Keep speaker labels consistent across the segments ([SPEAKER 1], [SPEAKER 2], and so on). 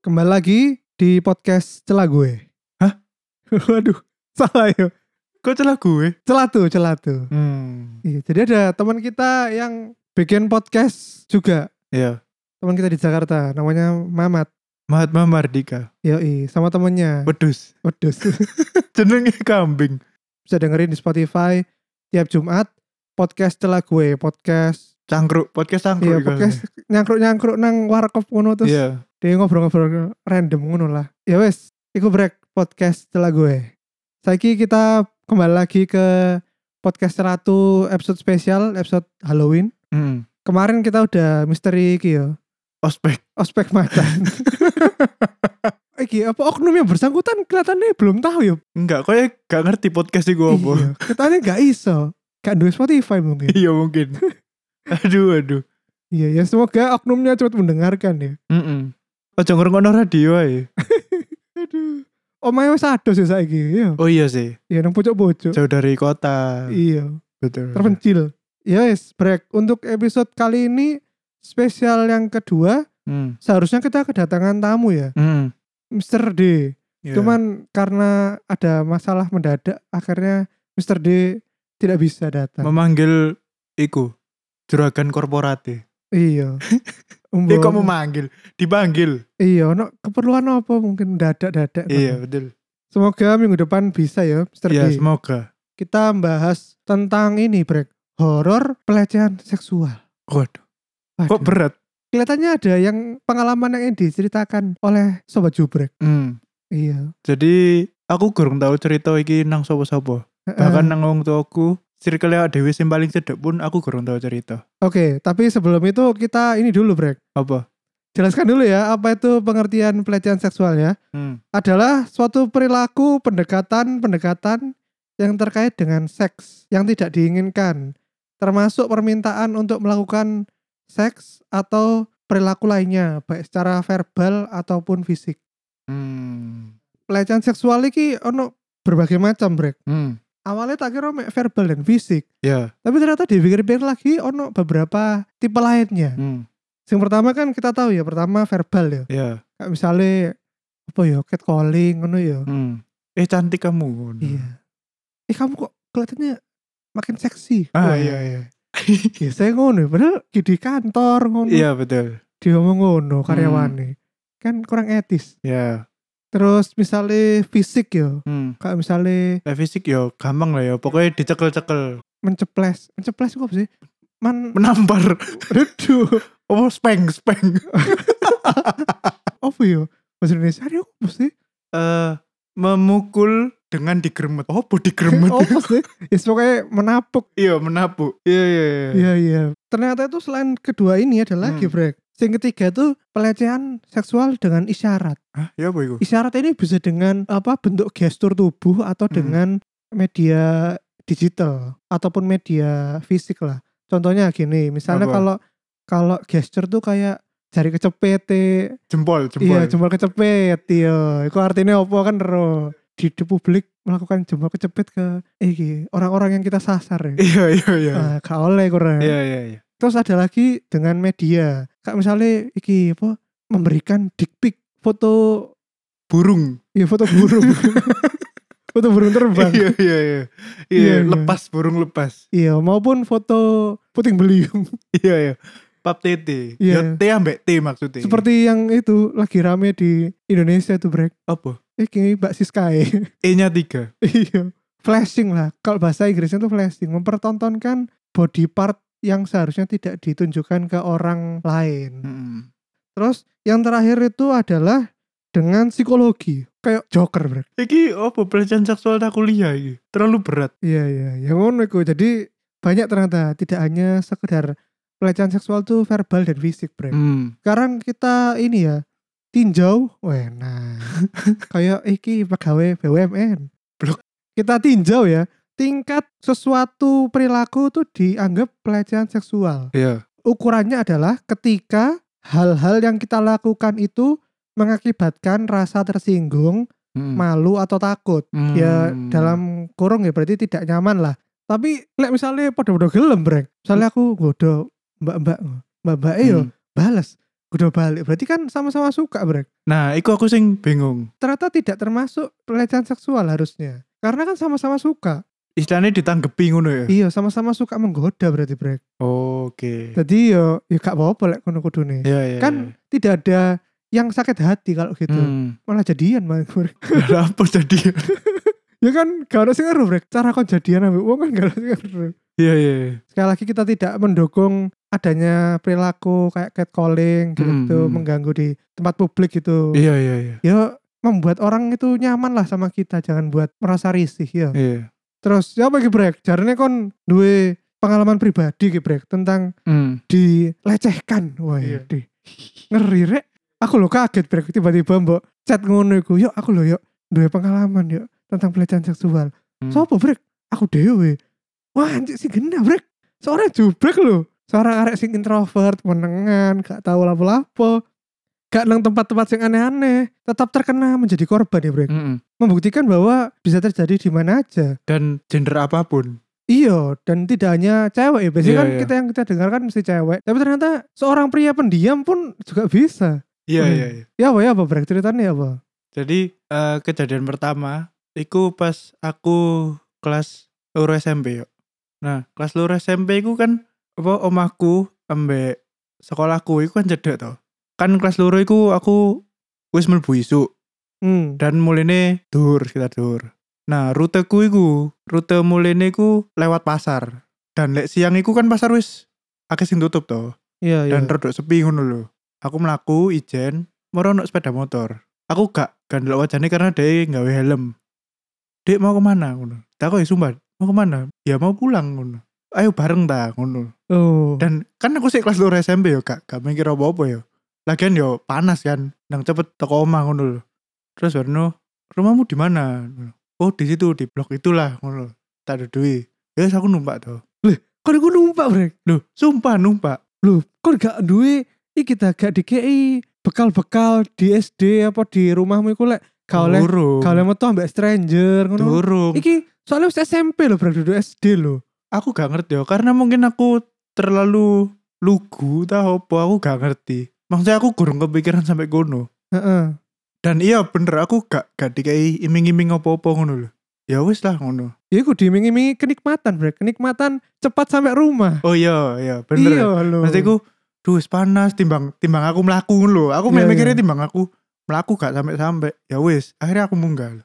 [SPEAKER 1] Kembali lagi di podcast Celah Gue.
[SPEAKER 2] Hah?
[SPEAKER 1] Waduh, salah ya.
[SPEAKER 2] Kok celah gue?
[SPEAKER 1] Celatu, celatu.
[SPEAKER 2] Hmm.
[SPEAKER 1] Iya, jadi ada teman kita yang bikin podcast juga.
[SPEAKER 2] Ya.
[SPEAKER 1] Teman kita di Jakarta, namanya Mamat.
[SPEAKER 2] Mahatma Mardika.
[SPEAKER 1] Yoi, sama temennya.
[SPEAKER 2] Wedus.
[SPEAKER 1] Wedus.
[SPEAKER 2] Jenenge kambing.
[SPEAKER 1] Bisa dengerin di Spotify tiap Jumat. Podcast Celah Gue, podcast.
[SPEAKER 2] Cangkruk. Podcast cangkruk.
[SPEAKER 1] Iya,
[SPEAKER 2] iku.
[SPEAKER 1] podcast nyangkruk-nyangkruk nang warkop ngono terus.
[SPEAKER 2] Iya.
[SPEAKER 1] dia ngobrol-ngobrol random ngono lah. Ya wes, iku break podcast celah gue. Saiki kita kembali lagi ke podcast Ratu episode spesial, episode Halloween.
[SPEAKER 2] Hmm.
[SPEAKER 1] Kemarin kita udah misteri iki ya,
[SPEAKER 2] Ospek.
[SPEAKER 1] ospek macan. iki apa oknum yang bersangkutan kelihatannya belum tahu ya.
[SPEAKER 2] Enggak, kok ya gak ngerti podcast iku apa.
[SPEAKER 1] Iya, kelihatannya gak iso. Gak duwe Spotify mungkin.
[SPEAKER 2] Iya mungkin. aduh, aduh.
[SPEAKER 1] iya, ya semoga oknumnya cepat mendengarkan ya.
[SPEAKER 2] Mm Ojo ngrungokno radio ae.
[SPEAKER 1] Aduh. Omae wis ados ya saiki. Iya,
[SPEAKER 2] Oh iya sih.
[SPEAKER 1] ya nang pojok-pojok.
[SPEAKER 2] Jauh dari kota.
[SPEAKER 1] Iya.
[SPEAKER 2] Betul.
[SPEAKER 1] terpencil. Yes, break. Untuk episode kali ini spesial yang kedua,
[SPEAKER 2] Hmm.
[SPEAKER 1] seharusnya kita kedatangan tamu ya,
[SPEAKER 2] Hmm.
[SPEAKER 1] Mr. D.
[SPEAKER 2] Iya.
[SPEAKER 1] Cuman karena ada masalah mendadak, akhirnya Mr. D tidak bisa
[SPEAKER 2] Nah.
[SPEAKER 1] datang.
[SPEAKER 2] memanggil iku juragan korporatif.
[SPEAKER 1] iya.
[SPEAKER 2] Eh kok
[SPEAKER 1] Umbo-
[SPEAKER 2] memanggil? Dipanggil.
[SPEAKER 1] iya, no, keperluan apa mungkin mendadak-dadak.
[SPEAKER 2] Iya, betul.
[SPEAKER 1] Semoga minggu depan bisa ya, Mr.
[SPEAKER 2] Iya,
[SPEAKER 1] D.
[SPEAKER 2] semoga.
[SPEAKER 1] Kita bahas tentang ini, break. Horor pelecehan seksual.
[SPEAKER 2] Waduh, kok
[SPEAKER 1] Waduh.
[SPEAKER 2] berat?
[SPEAKER 1] kelihatannya ada yang pengalaman yang diceritakan oleh sobat jubrek
[SPEAKER 2] Hmm.
[SPEAKER 1] iya
[SPEAKER 2] Jadi aku kurang tahu cerita iki nang sapa-sapa. Bahkan
[SPEAKER 1] Eh,
[SPEAKER 2] nang wong tuaku, circle awake dhewe sing paling cedhek pun aku kurang tahu cerita.
[SPEAKER 1] oke tapi sebelum itu kita ini dulu brek
[SPEAKER 2] Apa?
[SPEAKER 1] jelaskan dulu ya apa itu pengertian pelecehan seksual ya
[SPEAKER 2] Hmm.
[SPEAKER 1] adalah suatu perilaku pendekatan pendekatan yang terkait dengan seks yang tidak diinginkan termasuk permintaan untuk melakukan seks atau perilaku lainnya baik secara verbal ataupun fisik
[SPEAKER 2] Hmm.
[SPEAKER 1] pelecehan seksual ini ono berbagai macam brek
[SPEAKER 2] Hmm.
[SPEAKER 1] awalnya tak kira mek verbal dan fisik
[SPEAKER 2] Ya.
[SPEAKER 1] tapi ternyata dipikir-pikir lagi ono beberapa tipe lainnya
[SPEAKER 2] Hmm.
[SPEAKER 1] yang pertama kan kita tahu ya pertama verbal ya
[SPEAKER 2] Ya.
[SPEAKER 1] kayak misalnya apa ya catcalling ngono ya
[SPEAKER 2] Hmm. Eh cantik kamu.
[SPEAKER 1] iya eh kamu kok kelihatannya makin seksi Wah,
[SPEAKER 2] Ah, iya iya.
[SPEAKER 1] ya saya ngono ya. padahal ki di kantor ngono
[SPEAKER 2] Iya Hmm. betul.
[SPEAKER 1] diomong ngono karyawan nih kan kurang etis
[SPEAKER 2] Ya.
[SPEAKER 1] terus misalnya fisik ya
[SPEAKER 2] Hmm.
[SPEAKER 1] kayak misalnya
[SPEAKER 2] Eh, fisik yo gampang lah ya. Pokoknya dicekel-cekel,
[SPEAKER 1] menceples menceples itu apa sih man
[SPEAKER 2] menampar.
[SPEAKER 1] aduh
[SPEAKER 2] Oh, speng speng.
[SPEAKER 1] apa ya bahasa Indonesia ini apa sih
[SPEAKER 2] Eh, memukul dengan digeremet. Oh, digeremet.
[SPEAKER 1] Oh pasti. Ya pokoknya menapuk.
[SPEAKER 2] Iya, menapuk. Iya, iya, iya.
[SPEAKER 1] Iya iya. Ternyata itu selain kedua ini ada lagi,
[SPEAKER 2] Hmm.
[SPEAKER 1] Brek. Yang ketiga itu pelecehan seksual dengan isyarat.
[SPEAKER 2] Hah, iya apa itu?
[SPEAKER 1] Isyarat ini bisa dengan apa bentuk gestur tubuh atau
[SPEAKER 2] Hmm.
[SPEAKER 1] dengan media digital ataupun media fisik lah. Contohnya gini, misalnya
[SPEAKER 2] Apa?
[SPEAKER 1] kalau kalau gestur tuh kayak jari kecepet, eh.
[SPEAKER 2] Jempol, jempol.
[SPEAKER 1] iya jempol kecepet, iya. Itu artinya apa kan ro? Di, di publik melakukan jempol kecepit ke eh, iki orang-orang yang kita sasar ya.
[SPEAKER 2] Iya, iya, iya.
[SPEAKER 1] Ah, gak oleh kurang.
[SPEAKER 2] Iya, iya, iya.
[SPEAKER 1] Terus ada lagi dengan media. Kak misalnya iki apa memberikan dick pic foto
[SPEAKER 2] Burung.
[SPEAKER 1] ya foto burung. foto burung terbang.
[SPEAKER 2] Iya, iya, iya.
[SPEAKER 1] Iya,
[SPEAKER 2] Iya,
[SPEAKER 1] iya.
[SPEAKER 2] lepas burung lepas.
[SPEAKER 1] Iya, maupun foto puting beliung.
[SPEAKER 2] Iya, iya. Pap tete.
[SPEAKER 1] Iya.
[SPEAKER 2] Ya, T ambek T maksudnya.
[SPEAKER 1] Seperti yang itu lagi rame di Indonesia itu brek.
[SPEAKER 2] apa?
[SPEAKER 1] Iki Mbak Siskae.
[SPEAKER 2] E-nya tiga.
[SPEAKER 1] iya. Flashing lah. Kalau bahasa Inggrisnya itu flashing, mempertontonkan body part yang seharusnya tidak ditunjukkan ke orang lain.
[SPEAKER 2] Mm-mm.
[SPEAKER 1] Terus yang terakhir itu adalah dengan psikologi. Kayak joker, bro.
[SPEAKER 2] Iki apa pelecehan seksual tak kuliah iki? Terlalu berat.
[SPEAKER 1] Iya, iya. Yang ngono iku. Jadi banyak ternyata. Tidak hanya sekedar pelecehan seksual tuh verbal dan fisik, bro.
[SPEAKER 2] Hmm.
[SPEAKER 1] Sekarang kita ini ya, tinjau. Wah, nah. kayak iki pegawai BUMN.
[SPEAKER 2] Blok.
[SPEAKER 1] Kita tinjau ya. Tingkat sesuatu perilaku tuh dianggap pelecehan seksual.
[SPEAKER 2] Iya.
[SPEAKER 1] ukurannya adalah ketika hal-hal yang kita lakukan itu mengakibatkan rasa tersinggung,
[SPEAKER 2] Mm.
[SPEAKER 1] malu atau takut.
[SPEAKER 2] Mm.
[SPEAKER 1] Ya dalam kurung ya berarti tidak nyaman lah. Tapi lek misalnya podo-podo gelem brek. Misalnya aku godo mbak-mbak mbak-mbak eh yo
[SPEAKER 2] Mm.
[SPEAKER 1] bales. Udah balik. Berarti kan sama-sama suka, Brek.
[SPEAKER 2] Nah, iku aku sing bingung.
[SPEAKER 1] Ternyata tidak termasuk pelecehan seksual harusnya. Karena kan sama-sama suka.
[SPEAKER 2] Istilahnya ditanggepi ngono ya.
[SPEAKER 1] Iya, sama-sama suka menggoda berarti, Brek.
[SPEAKER 2] Oke.
[SPEAKER 1] Jadi yo ya gak apa-apa lek kono kudune.
[SPEAKER 2] Iya, iya.
[SPEAKER 1] Kan tidak ada yang sakit hati kalau
[SPEAKER 2] iya.
[SPEAKER 1] gitu.
[SPEAKER 2] hmm.
[SPEAKER 1] Malah jadian malah. Brek.
[SPEAKER 2] Lah, apa jadi?
[SPEAKER 1] ya kan gak ada sing ngeru, Brek. Cara kon jadian ambek wong kan gak ada sing ngeru.
[SPEAKER 2] Iya, iya. iya.
[SPEAKER 1] sekali lagi kita tidak mendukung adanya perilaku kayak catcalling gitu
[SPEAKER 2] Hmm.
[SPEAKER 1] mengganggu di tempat publik gitu
[SPEAKER 2] Iya, iya, iya.
[SPEAKER 1] ya membuat orang itu nyaman lah sama kita jangan buat merasa risih ya
[SPEAKER 2] Iya.
[SPEAKER 1] terus ya apa Brek? jarene kon duwe pengalaman pribadi ki Brek tentang
[SPEAKER 2] Hmm.
[SPEAKER 1] dilecehkan wah
[SPEAKER 2] Iya.
[SPEAKER 1] di ngeri rek aku lo kaget Brek tiba-tiba mbok chat ngono iku yuk aku lo yuk duwe pengalaman yuk tentang pelecehan seksual
[SPEAKER 2] Hmm.
[SPEAKER 1] Sopo brek? Aku dewe. Wah anjir sih gena brek. Seorang jubrek lho. Seorang arek sing introvert, menengan, gak tahu lapo-lapo. Gak nang tempat-tempat sing aneh-aneh. Tetap terkena menjadi korban ya brek.
[SPEAKER 2] Mm-mm.
[SPEAKER 1] Membuktikan bahwa bisa terjadi di mana aja.
[SPEAKER 2] Dan gender apapun.
[SPEAKER 1] Iya, dan tidak hanya cewek ya. Biasanya
[SPEAKER 2] Iya,
[SPEAKER 1] kan
[SPEAKER 2] iya.
[SPEAKER 1] kita yang kita dengar kan mesti cewek. Tapi ternyata seorang pria pendiam pun juga bisa.
[SPEAKER 2] Iya,
[SPEAKER 1] Hmm.
[SPEAKER 2] iya, iya.
[SPEAKER 1] Ya apa ya apa brek ceritanya ya apa?
[SPEAKER 2] Jadi eh, kejadian pertama iku pas aku kelas loro SMP yo. Nah, kelas loro SMP iku kan apa omahku ambek sekolahku iku kan cedek to. Kan kelas loro iku aku wis mlebu isuk
[SPEAKER 1] Hmm.
[SPEAKER 2] dan mulene dur sekitar dur. Nah, ruteku iku, rute mulene iku lewat pasar. Dan lek siang iku kan pasar wis akeh sing tutup to
[SPEAKER 1] Iya, iya.
[SPEAKER 2] dan rodok sepi ngono lho. Aku mlaku ijen moro ono sepeda motor. Aku gak gandel wajane karena dia nggawe helm. Dek mau kemana ngono. Takoi sumpah, mau kemana? Ya mau pulang ngono. Ayo bareng ta ngono.
[SPEAKER 1] Oh.
[SPEAKER 2] Dan kan aku sih kelas loro SMP yo gak gak mikir apa-apa yo. Lagian yo panas kan. Nang cepet teko omah ngono lho. Terus Warno, rumahmu di mana? Ngono. Oh di situ di blok itulah ngono. Tak ada duit. Ya wis, aku numpak tuh.
[SPEAKER 1] Kok aku numpak brek?
[SPEAKER 2] Loh, sumpah numpak.
[SPEAKER 1] Loh, kok gak duwe iki kita gak dikei bekal-bekal di SD apa di rumahmu iku lek gak oleh
[SPEAKER 2] Durung.
[SPEAKER 1] gak oleh metu ambek stranger ngono.
[SPEAKER 2] Durung.
[SPEAKER 1] Iki soalnya wis SMP loh, Bro, duduk SD loh.
[SPEAKER 2] aku gak ngerti ya karena mungkin aku terlalu lugu tau apa aku gak ngerti maksudnya aku kurang kepikiran sampai gono
[SPEAKER 1] Heeh.
[SPEAKER 2] dan iya bener aku gak gak dikai iming-iming apa-apa ngono lho ya wis lah ngono
[SPEAKER 1] Ya iku diiming-imingi kenikmatan, Brek. Kenikmatan cepat sampai rumah.
[SPEAKER 2] oh iya iya bener
[SPEAKER 1] Iya loh.
[SPEAKER 2] Maksudnya aku duh wis panas timbang timbang aku melaku ngono lho aku
[SPEAKER 1] Iya,
[SPEAKER 2] mek mikirnya
[SPEAKER 1] iya.
[SPEAKER 2] timbang aku melaku gak sampai-sampai ya wis akhirnya aku munggah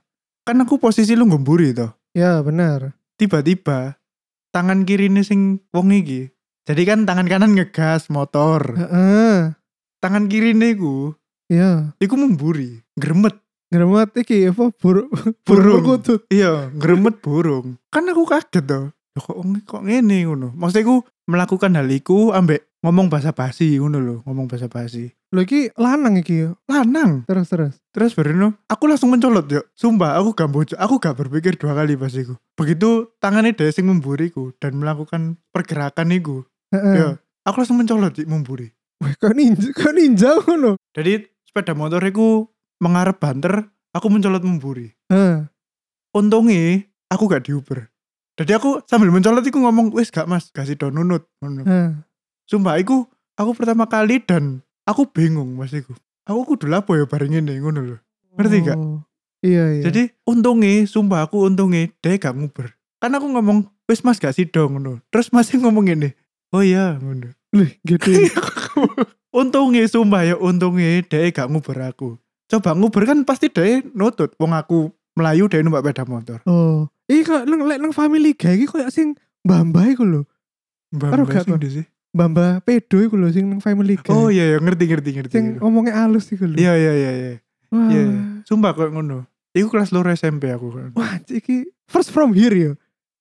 [SPEAKER 2] kan aku posisi lu ngomburi toh
[SPEAKER 1] Ya benar.
[SPEAKER 2] tiba-tiba tangan kiri ini sing wong iki jadi kan tangan kanan ngegas motor
[SPEAKER 1] Heeh.
[SPEAKER 2] tangan kiri ini ku
[SPEAKER 1] Iya.
[SPEAKER 2] Iku memburi, gremet,
[SPEAKER 1] Ngeremet iki apa burung
[SPEAKER 2] Burung.
[SPEAKER 1] perkutut.
[SPEAKER 2] iya, gremet burung. Kan aku kaget toh. Loh, kok kok ngene ngono. Maksudnya aku melakukan hal iku ambek ngomong bahasa basi ngono lho, ngomong bahasa basi.
[SPEAKER 1] Loh iki lanang iki. ya?
[SPEAKER 2] Lanang.
[SPEAKER 1] Terus terus.
[SPEAKER 2] Terus bareno aku langsung mencolot yo. Sumpah aku gak bojo, aku gak berpikir dua kali pas iku. Begitu tangannya dia sing memburiku dan melakukan pergerakan iku.
[SPEAKER 1] Heeh.
[SPEAKER 2] Yo, aku langsung mencolot Cik, memburi.
[SPEAKER 1] Wah, kok ninja, kok ninja ngono.
[SPEAKER 2] Jadi sepeda motor iku mengarep banter, aku mencolot memburi.
[SPEAKER 1] Heeh.
[SPEAKER 2] untungnya aku gak diuber jadi aku sambil mencolot iku ngomong wis gak mas kasih do nunut Ngono.
[SPEAKER 1] Heeh.
[SPEAKER 2] sumpah iku aku pertama kali dan aku bingung mas iku aku kudu lapo ya bareng ini ngono lho Ngerti gak?
[SPEAKER 1] Oh. Iya iya.
[SPEAKER 2] jadi untungnya sumpah aku untungnya dia gak nguber kan aku ngomong wis mas gak sih do ngono terus masih ngomong ini oh iya ngono
[SPEAKER 1] Lih, gitu.
[SPEAKER 2] Iya. untungnya sumpah ya untungnya dia gak nguber aku coba nguber kan pasti dia nutut wong aku Melayu dia numpak sepeda motor
[SPEAKER 1] oh, iki kok nang lek nang family guy iki koyo sing mbah-mbah iku lho.
[SPEAKER 2] Mbak
[SPEAKER 1] Karo
[SPEAKER 2] Mbak
[SPEAKER 1] gak,
[SPEAKER 2] sing
[SPEAKER 1] Kon?
[SPEAKER 2] ndi sih?
[SPEAKER 1] Mbah-mbah pedo iku lho sing nang family guy.
[SPEAKER 2] Oh iya, iya ngerti ngerti ngerti.
[SPEAKER 1] sing omongnya halus iku lho.
[SPEAKER 2] Iya iya iya iya.
[SPEAKER 1] Wah.
[SPEAKER 2] Iya. iya. Sumpah kok ngono. Iku kelas loro SMP aku. Iya. Kon.
[SPEAKER 1] Wah, anjir, iki first from here ya.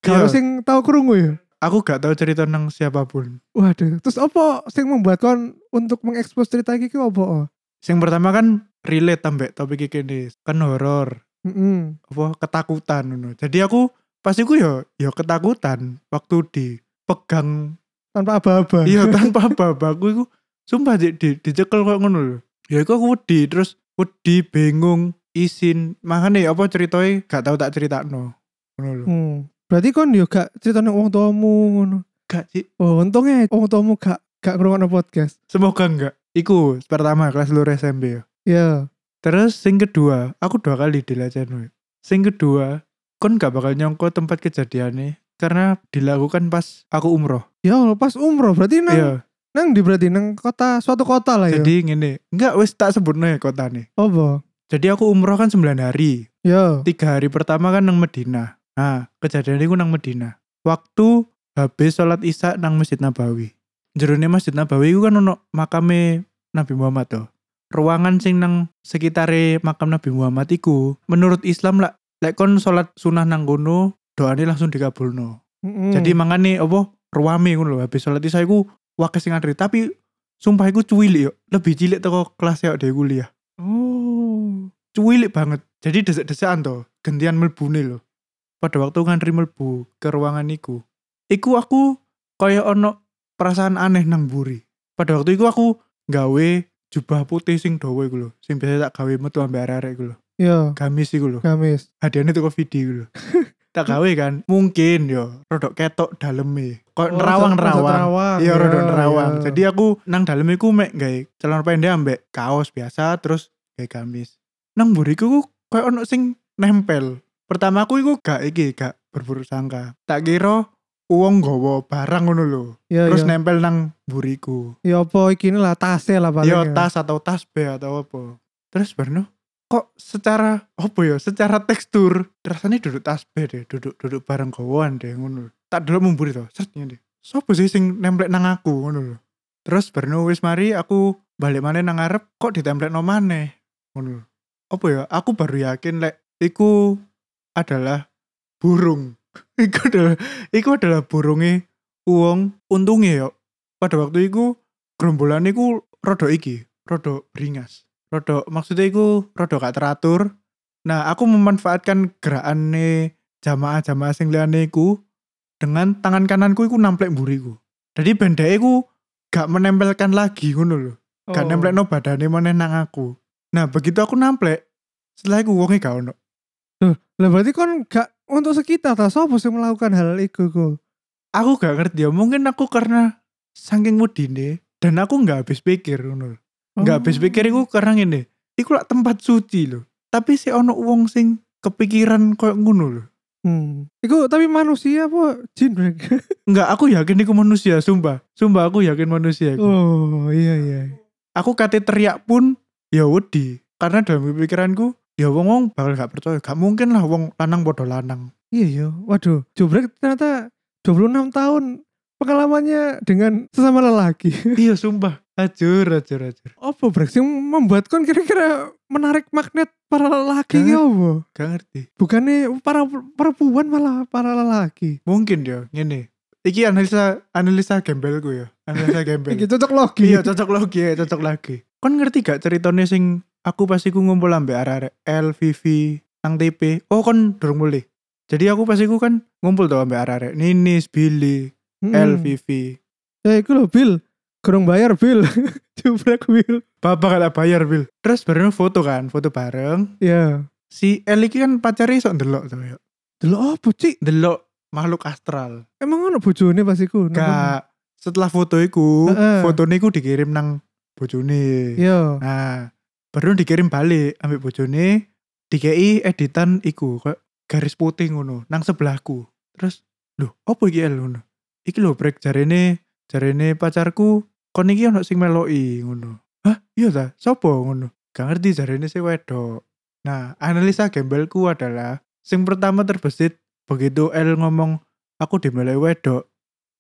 [SPEAKER 1] Kalau
[SPEAKER 2] Iya.
[SPEAKER 1] sing tau krungu ya.
[SPEAKER 2] Aku gak tahu cerita nang siapapun.
[SPEAKER 1] Waduh, terus apa sing membuat kon untuk mengekspos cerita iki ki Oh, opo?
[SPEAKER 2] Sing pertama kan relate ambek topik iki ini. Kan horor,
[SPEAKER 1] Heeh.
[SPEAKER 2] apa ketakutan ngono. Jadi aku pas iku ya ya ketakutan waktu di pegang
[SPEAKER 1] Tanpa aba-aba.
[SPEAKER 2] iya tanpa babaku iku sumpah di, di dicekel kok ngono lho. Ya iku aku wedi terus wedi bingung isin makanya apa ceritanya gak tahu tak ceritakno ngono lho.
[SPEAKER 1] Hmm. Berarti kon yo gak cerita nang wong tuamu ngono.
[SPEAKER 2] Gak sih.
[SPEAKER 1] Oh, untungnya wong tuamu gak gak ngrungokno podcast.
[SPEAKER 2] Semoga enggak. Iku pertama kelas lur SMP yo.
[SPEAKER 1] Iya.
[SPEAKER 2] Terus sing kedua, aku dua kali dilecehin. we. Sing kedua, kon gak bakal nyongko tempat kejadiannya karena dilakukan pas aku umroh.
[SPEAKER 1] Ya Allah, pas umroh berarti nang
[SPEAKER 2] Iya.
[SPEAKER 1] nang di berarti nang kota suatu kota lah ya.
[SPEAKER 2] Jadi ngene, enggak wis tak sebutno ya kotane.
[SPEAKER 1] Apa?
[SPEAKER 2] Jadi aku umroh kan 9 hari.
[SPEAKER 1] Ya.
[SPEAKER 2] Tiga hari pertama kan nang Medina. Nah, kejadian iku nang Medina. Waktu habis sholat isya nang Masjid Nabawi. Jerone Masjid Nabawi iku kan ono makame Nabi Muhammad tuh. Ruangan sing nang sekitare makam Nabi Muhammad iku menurut Islam lah lek kon sholat sunnah nang kono doane langsung dikabulno.
[SPEAKER 1] Mm-mm.
[SPEAKER 2] Jadi mangane apa ruame ngono lho habis salat isya iku wakil sing antri tapi sumpah iku cuwilik yo, lebih cilik teko kelas yo dhewe kuliah. Oh, cuwilik banget. Jadi desek-desekan to, gantian mlebune lho. Pada waktu ngantri mlebu ke ruangan iku. Iku aku kaya ono perasaan aneh nang buri. Pada waktu iku aku gawe jubah putih sing dawa iku lho, sing biasa tak gawe metu ambek arek iku lho.
[SPEAKER 1] ya,
[SPEAKER 2] Gamis iku lho
[SPEAKER 1] gamis.
[SPEAKER 2] hadiahnya tuh video gitu tak gawe kan mungkin yo rodok ketok daleme kok
[SPEAKER 1] Oh,
[SPEAKER 2] nerawang
[SPEAKER 1] rasa- rasa
[SPEAKER 2] nerawang
[SPEAKER 1] nerawang.
[SPEAKER 2] iya rodok
[SPEAKER 1] Ya,
[SPEAKER 2] nerawang
[SPEAKER 1] ya.
[SPEAKER 2] jadi aku nang daleme ku mek gawe celana pendek ambek kaos biasa terus gawe gamis nang buriku ku koyo ono sing nempel pertama aku iku gak iki gak berburuk sangka tak kira uang gowo barang ngono lho
[SPEAKER 1] ya,
[SPEAKER 2] terus
[SPEAKER 1] ya.
[SPEAKER 2] nempel nang buriku
[SPEAKER 1] ya apa iki ini lah tasnya lah paling.
[SPEAKER 2] Yo
[SPEAKER 1] ya.
[SPEAKER 2] Iya, tas atau tas B atau apa. Terus Barno kok secara apa ya? Secara tekstur rasanya duduk tas B deh, duduk duduk bareng kawan deh ngono. lho. Tak dulu memburi to, set ngene. Sopo sih sing nemplek nang aku ngono lho. Terus Barno wis mari aku balik mana nang arep kok ditemplek no maneh ngono. lho. Apa ya? Aku baru yakin lek iku adalah burung. iku adalah iku adalah burunge uang untungnya yo. Pada waktu itu gerombolan iku rodok iki, rodok beringas. Rodok maksudnya iku rodok gak teratur. Nah, aku memanfaatkan gerakane jamaah-jamaah sing liyane iku dengan tangan kananku iku namplek mburiku. Jadi bendeke iku gak menempelkan lagi ngono lho. Gak
[SPEAKER 1] Oh.
[SPEAKER 2] nemplek no badane meneh nang aku. Nah, begitu aku namplek, setelah iku wonge gak ono.
[SPEAKER 1] Lah berarti kon gak untuk sekitar ta sapa sing melakukan hal iku ku.
[SPEAKER 2] Aku gak ngerti ya, mungkin aku karena saking mudine dan aku nggak habis pikir ngono lho.
[SPEAKER 1] Oh.
[SPEAKER 2] nggak habis pikir iku karena ngene iku lak tempat suci loh tapi si ono wong sing kepikiran koyo ngono loh
[SPEAKER 1] Hmm. Iku tapi manusia apa jin? Bang?
[SPEAKER 2] nggak aku yakin iku manusia sumpah sumpah aku yakin manusia iku.
[SPEAKER 1] oh, iya iya.
[SPEAKER 2] aku kate teriak pun ya wedi karena dalam pikiranku ya wong wong bakal gak percaya gak mungkin lah wong lanang bodoh lanang
[SPEAKER 1] Iya iya. Waduh, Jubrek ternyata 26 tahun pengalamannya dengan sesama lelaki.
[SPEAKER 2] iya sumpah ajur ajur ajur
[SPEAKER 1] apa Brek sing membuat kon kira-kira menarik magnet para lelaki
[SPEAKER 2] Kan?
[SPEAKER 1] ki apa?
[SPEAKER 2] gak ngerti
[SPEAKER 1] Bukannya para perempuan malah para lelaki.
[SPEAKER 2] mungkin ya ngene iki analisa analisa gembelku ya analisa gembel
[SPEAKER 1] Iki cocok logi.
[SPEAKER 2] Iya cocok lagi ya cocok lagi. Kon ngerti gak ceritanya sing aku pasti ku ngumpul ambek arek L, Vivi, nang TP. Oh kon durung mulih. Jadi aku pasti ku kan ngumpul tuh ambek arek Ninis, Billy,
[SPEAKER 1] Mm.
[SPEAKER 2] L, Vivi.
[SPEAKER 1] Ya iku lho Bill. Gerung bayar Bill. Jubrek Bill.
[SPEAKER 2] Bapak gak tak bayar Bill. Terus bareng foto kan, foto bareng.
[SPEAKER 1] Ya.
[SPEAKER 2] Si L iki kan pacarnya sok ndelok tuh ya.
[SPEAKER 1] Delok apa, Cik?
[SPEAKER 2] Ndelok makhluk astral.
[SPEAKER 1] Emang ono bojone pas iku?
[SPEAKER 2] Gak setelah foto iku,
[SPEAKER 1] Heeh.
[SPEAKER 2] fotone iku dikirim nang bojone.
[SPEAKER 1] Iya.
[SPEAKER 2] Nah, baru dikirim balik ambek bojone dikei editan iku kayak garis putih ngono nang sebelahku. Terus, "Loh, opo iki El ngono?" Iki lho brek jarene jarene pacarku kon iki ono sing meloki ngono. Hah, iya ta? Sopo ngono? Gak ngerti jarene si wedok. Nah, analisa gembelku adalah sing pertama terbesit begitu El ngomong aku dimelai wedok.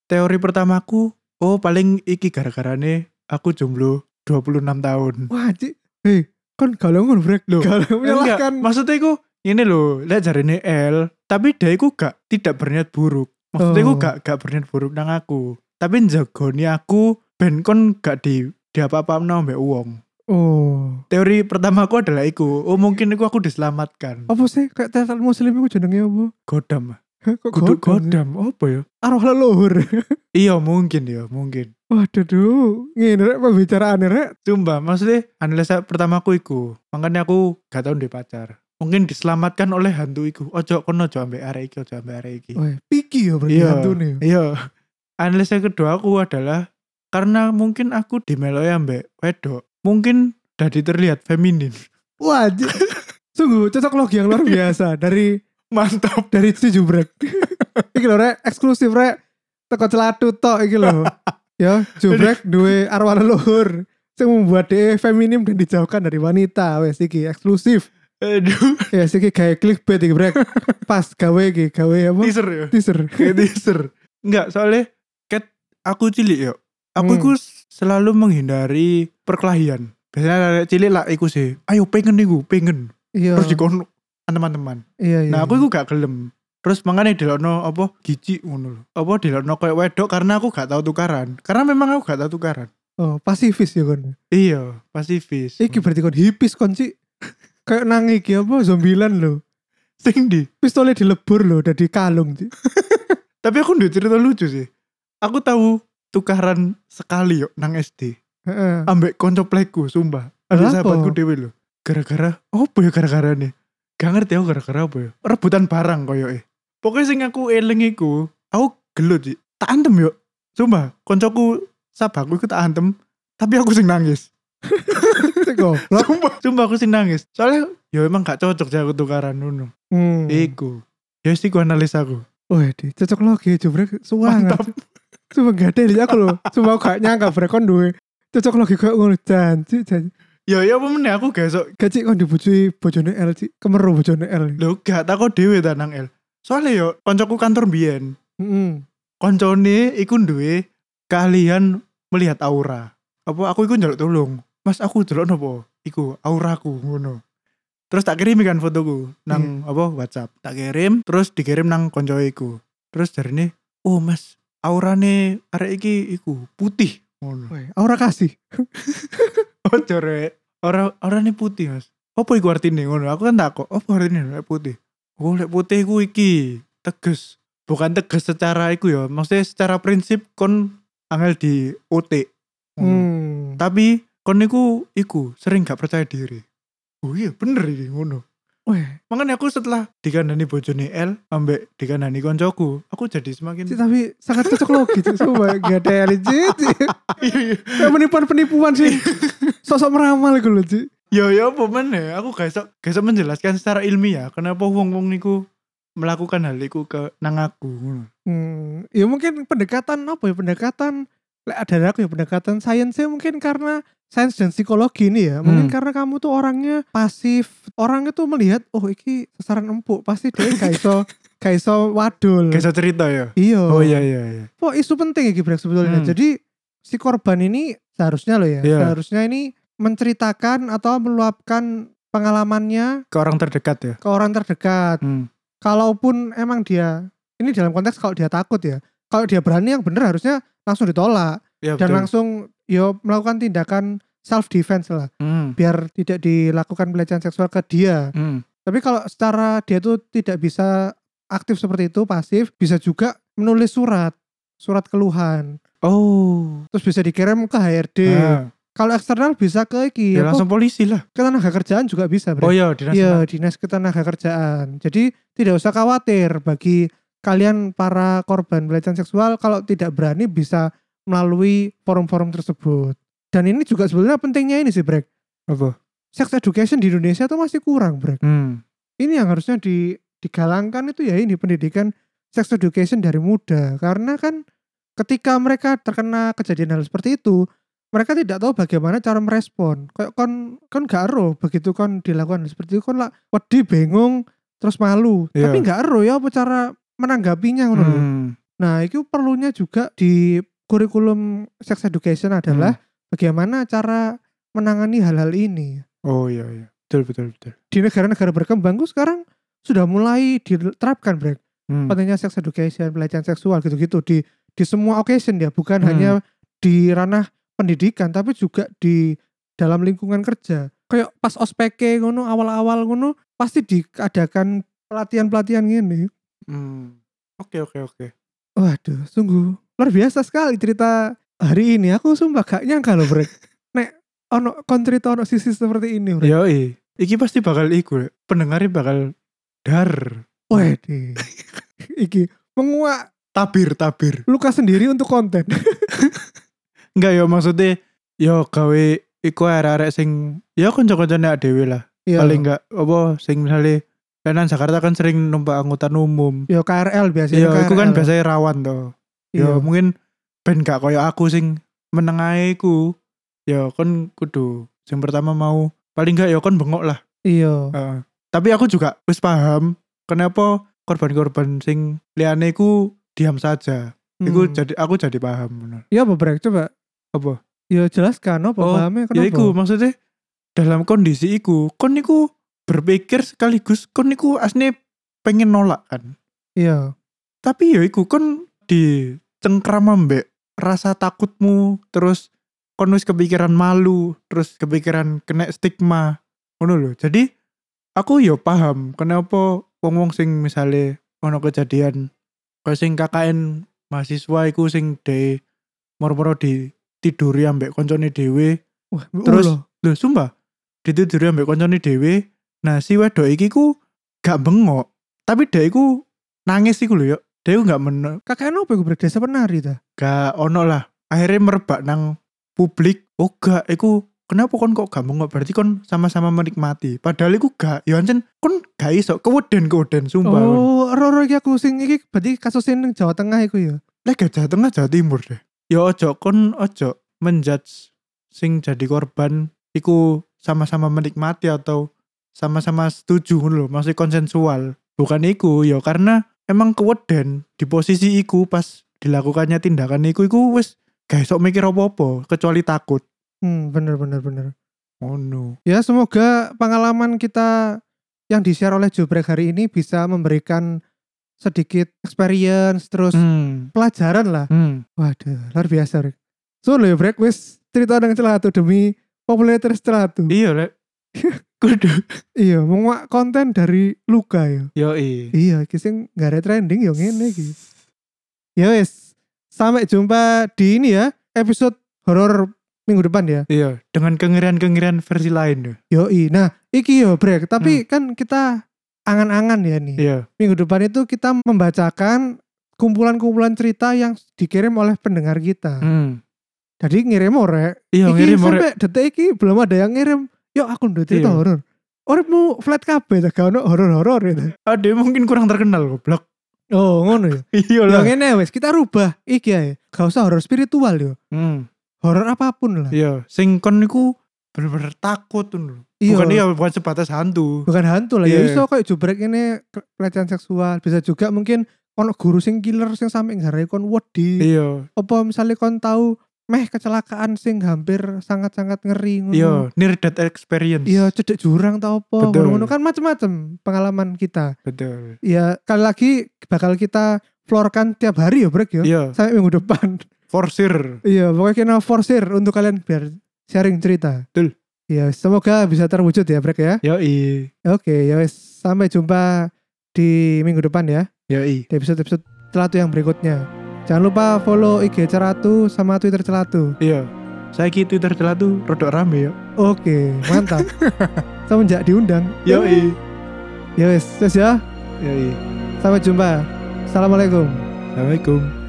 [SPEAKER 2] Teori pertamaku, oh paling iki gara-garane aku jomblo 26 tahun.
[SPEAKER 1] Wah, Cik. Hei, kon galau ngono Brek
[SPEAKER 2] Loh,
[SPEAKER 1] Galau
[SPEAKER 2] Enggak,
[SPEAKER 1] menyalahkan.
[SPEAKER 2] maksudnya iku ini loh, lihat jarine L, tapi dia iku gak tidak berniat buruk. Maksudnya iku
[SPEAKER 1] Oh.
[SPEAKER 2] gak gak berniat buruk nang aku. Tapi njagoni aku ben kon gak di di apa-apa mbek wong.
[SPEAKER 1] Oh.
[SPEAKER 2] Teori pertama aku adalah iku, oh mungkin iku aku diselamatkan.
[SPEAKER 1] Apa sih kayak teater muslim iku jenenge apa?
[SPEAKER 2] Godam. ah.
[SPEAKER 1] Hah, Kok
[SPEAKER 2] Kudu
[SPEAKER 1] Oh, godam?
[SPEAKER 2] godam apa ya?
[SPEAKER 1] Arwah leluhur.
[SPEAKER 2] Iya mungkin ya, mungkin.
[SPEAKER 1] Waduh, duh. ngene rek pembicaraane rek.
[SPEAKER 2] Sumpah, maksudnya analisa pertamaku iku. Makanya aku gak tau ndek pacar. Mungkin diselamatkan oleh hantu iku. Ojo kono ojo ambek arek iki, ojo ambek arek iki.
[SPEAKER 1] Wah, piki ya berarti
[SPEAKER 2] Iya.
[SPEAKER 1] hantune.
[SPEAKER 2] Iya. Analisa kedua aku adalah karena mungkin aku dimeloi ambek wedok mungkin dadi terlihat feminin
[SPEAKER 1] Wah, anjir. sungguh cocok logi yang luar biasa dari
[SPEAKER 2] mantap
[SPEAKER 1] dari si Jubrek. iki lho rek eksklusif rek teko celatu tok iki lho. ya, Jubrek duwe arwah leluhur sing membuat dia feminim dan dijauhkan dari wanita wes iki eksklusif.
[SPEAKER 2] aduh
[SPEAKER 1] Ya siki gawe clickbait iki brek. Pas gawe iki, gawe apa?
[SPEAKER 2] teaser ya
[SPEAKER 1] Teaser.
[SPEAKER 2] kayak teaser enggak soalnya cat aku cilik yo aku
[SPEAKER 1] Hmm.
[SPEAKER 2] iku selalu menghindari perkelahian biasanya arek cilik lah iku sih ayo pengen niku pengen
[SPEAKER 1] Iya.
[SPEAKER 2] terus dikon teman-teman
[SPEAKER 1] Iya, iya.
[SPEAKER 2] Nah aku itu gak gelem. Terus makanya delokno apa gici ngono lho. Apa delokno kayak wedok karena aku gak tahu tukaran. Karena memang aku gak tahu tukaran.
[SPEAKER 1] oh, pasifis ya kon.
[SPEAKER 2] Iya, pasifis.
[SPEAKER 1] Iki berarti kon hipis kon sih. Kayak nang iki apa zombilan lho.
[SPEAKER 2] sing di.
[SPEAKER 1] Pistolnya dilebur lho dari kalung. Ci.
[SPEAKER 2] Tapi aku nduwe cerita lucu sih. Aku tahu tukaran sekali yuk nang SD.
[SPEAKER 1] Heeh.
[SPEAKER 2] Ambek konco pleku, sumpah. Ada
[SPEAKER 1] Kenapa?
[SPEAKER 2] sahabatku dewe lho. Gara-gara apa ya gara-gara nih? Gak ngerti aku gara-gara apa ya. Rebutan barang koyo eh. Pokoknya sing aku eling iku, aku gelut sih. Tak antem yuk. Sumpah, koncoku sahabatku iku tak antem. Tapi aku sing nangis.
[SPEAKER 1] Cek goblok.
[SPEAKER 2] Sumpah, sumpah aku sih nangis. Soalnya ya emang gak cocok sih aku tukaran ngono.
[SPEAKER 1] Hmm.
[SPEAKER 2] Iku. Ya sih ku analisa aku.
[SPEAKER 1] Wah, di cocok logi jubrek suwangan.
[SPEAKER 2] Mantap.
[SPEAKER 1] Cuma gak ada lagi aku loh. Cuma aku gak nyangka brek kon duwe cocok logi kayak ngono janji janji.
[SPEAKER 2] Ya ya apa meneh aku gesok.
[SPEAKER 1] Gaji kon dibujui bojone L Ci. kemeru bojone L.
[SPEAKER 2] Lho gak tak kok dhewe ta nang El. Soalnya yo koncoku kantor biyen.
[SPEAKER 1] Heeh.
[SPEAKER 2] Koncone iku duwe keahlian melihat aura. Apa aku iku njaluk tolong. Mas aku delok nopo? Iku auraku ngono. Terus tak kirim kan fotoku nang apa WhatsApp. Tak kirim terus dikirim nang konco iku. Terus dari ini, oh mas aurane arek iki iku putih ngono.
[SPEAKER 1] Woi, aura kasih.
[SPEAKER 2] Ojo rek. Ora orane putih, Mas. Apa iku artine ngono? Aku kan takok, apa artine lek putih? Oh, lek putih iku iki tegas. Bukan tegas secara iku ya, maksudnya secara prinsip kon angel di OT. Ngono.
[SPEAKER 1] Hmm.
[SPEAKER 2] Tapi kon niku iku sering gak percaya diri. Oh iya, bener iki ngono.
[SPEAKER 1] Woi,
[SPEAKER 2] Makanya aku setelah dikandani bojone L ambek dikandani koncoku, aku jadi semakin
[SPEAKER 1] Ci, tapi sangat cocok logi Ci. Sumpah gak ada L Ci. Ci.
[SPEAKER 2] Iya, iya.
[SPEAKER 1] Kayak penipuan-penipuan sih. Sosok meramal gue loh Ci.
[SPEAKER 2] Ya ya apa meneh aku gesok gesok menjelaskan secara ilmiah kenapa wong-wong niku melakukan hal iku ke nang aku. ngono.
[SPEAKER 1] Hmm, ya mungkin pendekatan apa ya pendekatan lek ada aku ya pendekatan sainsnya mungkin karena sains dan psikologi ini ya mungkin
[SPEAKER 2] Hmm.
[SPEAKER 1] karena kamu tuh orangnya pasif orangnya tuh melihat oh iki sasaran empuk pasti dia gak iso gak iso wadul
[SPEAKER 2] Gesok cerita ya.
[SPEAKER 1] iya
[SPEAKER 2] Oh iya iya iya.
[SPEAKER 1] Pokok isu penting ya Gibrek sebetulnya
[SPEAKER 2] Hmm.
[SPEAKER 1] jadi si korban ini seharusnya loh ya
[SPEAKER 2] Iya.
[SPEAKER 1] seharusnya ini menceritakan atau meluapkan pengalamannya
[SPEAKER 2] Ke orang terdekat ya.
[SPEAKER 1] ke orang terdekat
[SPEAKER 2] Hmm.
[SPEAKER 1] kalaupun emang dia ini dalam konteks kalau dia takut ya kalau dia berani yang bener harusnya langsung ditolak
[SPEAKER 2] Ya,
[SPEAKER 1] dan
[SPEAKER 2] betul.
[SPEAKER 1] langsung yo melakukan tindakan self defense lah
[SPEAKER 2] Hmm.
[SPEAKER 1] biar tidak dilakukan pelecehan seksual ke dia
[SPEAKER 2] Hmm.
[SPEAKER 1] tapi kalau secara dia tuh tidak bisa aktif seperti itu pasif bisa juga menulis surat surat keluhan
[SPEAKER 2] Oh.
[SPEAKER 1] terus bisa dikirim ke HRD
[SPEAKER 2] Nah,
[SPEAKER 1] kalau eksternal bisa ke iki
[SPEAKER 2] ya
[SPEAKER 1] apa,
[SPEAKER 2] langsung polisi lah.
[SPEAKER 1] ke tenaga kerjaan juga bisa Bre.
[SPEAKER 2] Oh iya dinas.
[SPEAKER 1] Iya, dinas ketenaga kerjaan. Jadi tidak usah khawatir bagi kalian para korban pelecehan seksual kalau tidak berani bisa melalui forum-forum tersebut. Dan ini juga sebenarnya pentingnya ini sih, Brek.
[SPEAKER 2] Apa?
[SPEAKER 1] Sex education di Indonesia tuh masih kurang, Brek.
[SPEAKER 2] Hmm.
[SPEAKER 1] Ini yang harusnya di- digalangkan itu ya ini pendidikan sex education dari muda. Karena kan ketika mereka terkena kejadian hal seperti itu, mereka tidak tahu bagaimana cara merespon. Kayak kon kon gak ero begitu kon dilakukan hal seperti itu kon lah wedi bingung terus malu.
[SPEAKER 2] Iya.
[SPEAKER 1] Tapi gak ero ya apa cara menanggapinya ngono lho.
[SPEAKER 2] Hmm.
[SPEAKER 1] Nah, itu perlunya juga di kurikulum sex education adalah
[SPEAKER 2] Hmm.
[SPEAKER 1] bagaimana cara menangani hal-hal ini.
[SPEAKER 2] Oh iya iya. Betul betul betul.
[SPEAKER 1] Di negara-negara berkembang tuh sekarang sudah mulai diterapkan, Brek.
[SPEAKER 2] Hmm.
[SPEAKER 1] pentingnya sex education, pelecehan seksual gitu-gitu di di semua occasion ya, bukan
[SPEAKER 2] Hmm.
[SPEAKER 1] hanya di ranah pendidikan tapi juga di dalam lingkungan kerja. Kayak pas ospek ngono awal-awal ngono pasti diadakan pelatihan-pelatihan gini.
[SPEAKER 2] Hmm. Oke oke oke.
[SPEAKER 1] Waduh, sungguh luar biasa sekali cerita hari ini. Aku sumpah gak nyangka loh, Brek. Nek ono kon cerita ono sisi seperti ini, Brek.
[SPEAKER 2] Yo Iki pasti bakal iku. Pendengarnya bakal dar.
[SPEAKER 1] Wah, di- iki menguak
[SPEAKER 2] Tabir tabir.
[SPEAKER 1] luka sendiri untuk konten.
[SPEAKER 2] Enggak ya maksudnya yo gawe iku arek-arek sing ya kanca-kancane awake dhewe lah.
[SPEAKER 1] Iya.
[SPEAKER 2] Paling enggak apa sing misalnya kanan Jakarta kan sering numpak angkutan umum.
[SPEAKER 1] Yo KRL biasanya.
[SPEAKER 2] Yo iku kan
[SPEAKER 1] KRL.
[SPEAKER 2] biasanya rawan to.
[SPEAKER 1] Iya.
[SPEAKER 2] Yo mungkin ben gak koyo aku sing menengahe iku. Yo kon kudu sing pertama mau paling enggak yo kon bengok lah.
[SPEAKER 1] Iya.
[SPEAKER 2] Heeh. tapi aku juga wis paham kenapa korban-korban sing liyane iku diam saja. Iku
[SPEAKER 1] Hmm.
[SPEAKER 2] jadi aku jadi paham bener.
[SPEAKER 1] Iya apa break coba?
[SPEAKER 2] Apa?
[SPEAKER 1] Yo jelaskan apa
[SPEAKER 2] Oh,
[SPEAKER 1] pahamnya kenapa?
[SPEAKER 2] Ya iku maksudnya dalam kondisi iku kon niku berpikir sekaligus kon niku asli pengen nolak kan.
[SPEAKER 1] Iya.
[SPEAKER 2] Tapi ya iku kon di cengkram ambek rasa takutmu terus kon wis kepikiran malu, terus kepikiran kena stigma. Ngono lho. Jadi aku yo paham kenapa wong-wong sing misale ono kejadian kaya sing KKN mahasiswa iku sing de moro-moro di tiduri ambek koncone dhewe
[SPEAKER 1] Wah,
[SPEAKER 2] Terus-
[SPEAKER 1] ulo.
[SPEAKER 2] Loh sumpah Ditiduri ambek koncone dhewe Nah si wedok iki ku Gak bengok Tapi dia ku Nangis iku lho yo Dia ku gak men
[SPEAKER 1] kakek apa iku break desa penari ta?
[SPEAKER 2] Gak ono lah Akhirnya merebak nang Publik Oh gak iku Kenapa kon kok gak bengok Berarti kon sama-sama menikmati Padahal iku gak Yo ancen Kon gak iso Keweden-keweden sumpah kon.
[SPEAKER 1] Oh, roro iki aku sing iki berarti kasus sing nang Jawa Tengah iku ya.
[SPEAKER 2] Lek gak Jawa Tengah Jawa Timur deh Yo Ya, ojo kon ojo Menjudge Sing jadi korban Iku sama-sama menikmati atau sama-sama setuju ngono lho maksudnya konsensual bukan iku ya karena emang keweden di posisi iku pas dilakukannya tindakan iku iku wis gak iso mikir apa-apa kecuali takut
[SPEAKER 1] Hmm, bener bener bener.
[SPEAKER 2] oh no
[SPEAKER 1] Ya semoga pengalaman kita yang di-share oleh Jubrek hari ini bisa memberikan sedikit experience terus
[SPEAKER 2] hmm.
[SPEAKER 1] pelajaran lah.
[SPEAKER 2] hmm.
[SPEAKER 1] Waduh, luar biasa. Rick. So lo ya Brek wis cerita dengan celatu demi popularitas celatu.
[SPEAKER 2] iya lek kudu
[SPEAKER 1] iya, menguak konten dari luka ya.
[SPEAKER 2] yo i
[SPEAKER 1] Iya, iki sing nggak ada trending yo ngene iki. Ya wis, sampai jumpa di ini ya episode horor minggu depan ya.
[SPEAKER 2] iya dengan kengerian-kengerian versi lain yo
[SPEAKER 1] Yoi. Nah, iki yo Brek, tapi kan kita angan-angan ya nih.
[SPEAKER 2] Hmm. iya
[SPEAKER 1] minggu depan itu kita membacakan kumpulan-kumpulan cerita yang dikirim oleh pendengar kita.
[SPEAKER 2] hmm.
[SPEAKER 1] Jadi ngirim ore.
[SPEAKER 2] iya
[SPEAKER 1] iki
[SPEAKER 2] ngirim
[SPEAKER 1] sampai
[SPEAKER 2] ora-
[SPEAKER 1] detik iki belum ada yang ngirim. Yo aku nduwe cerita
[SPEAKER 2] Iya.
[SPEAKER 1] horor. Uripmu flat kabeh ta gak ono gitu. horor-horor itu.
[SPEAKER 2] ah dia mungkin kurang terkenal goblok
[SPEAKER 1] Oh, ngono ya.
[SPEAKER 2] iya
[SPEAKER 1] Yo
[SPEAKER 2] lah
[SPEAKER 1] ngene wis kita rubah iki ae. Gak usah horor spiritual yo.
[SPEAKER 2] hmm.
[SPEAKER 1] Horor apapun lah.
[SPEAKER 2] iya sing kon iku bener-bener takut ngono lho Bukan dia bukan sebatas
[SPEAKER 1] Iya.
[SPEAKER 2] hantu.
[SPEAKER 1] bukan hantu lah. Ya
[SPEAKER 2] Iya.
[SPEAKER 1] iso kayak jubrek ini ke- pelecehan seksual. Bisa juga mungkin ono guru sing killer sing sampe nggarai kon wedi.
[SPEAKER 2] Iya,
[SPEAKER 1] apa misalnya kon tahu meh kecelakaan sing hampir sangat-sangat ngeri ngono.
[SPEAKER 2] iya, near death experience.
[SPEAKER 1] Iya, cedek jurang tau apa
[SPEAKER 2] Betul.
[SPEAKER 1] ngono kan macem-macem pengalaman kita.
[SPEAKER 2] betul.
[SPEAKER 1] Ya kali lagi bakal kita florkan tiap hari ya Brek ya.
[SPEAKER 2] Iya,
[SPEAKER 1] Sampai minggu depan.
[SPEAKER 2] for sure.
[SPEAKER 1] iya, pokoknya kita forsir untuk kalian biar sharing cerita.
[SPEAKER 2] Betul.
[SPEAKER 1] Iya, semoga bisa terwujud ya Brek ya.
[SPEAKER 2] Yoi,
[SPEAKER 1] Oke, ya wes sampai jumpa di minggu depan ya
[SPEAKER 2] yoi.
[SPEAKER 1] di episode-episode Celatu yang berikutnya. Jangan lupa follow IG Celatu sama Twitter Celatu.
[SPEAKER 2] Iya. Saya ki Twitter telah tuh rodok rame ya.
[SPEAKER 1] Oke, mantap. Semenjak diundang.
[SPEAKER 2] Yoi,
[SPEAKER 1] Ya wes, wes ya.
[SPEAKER 2] yoi.
[SPEAKER 1] Sampai jumpa. Assalamualaikum.
[SPEAKER 2] Assalamualaikum.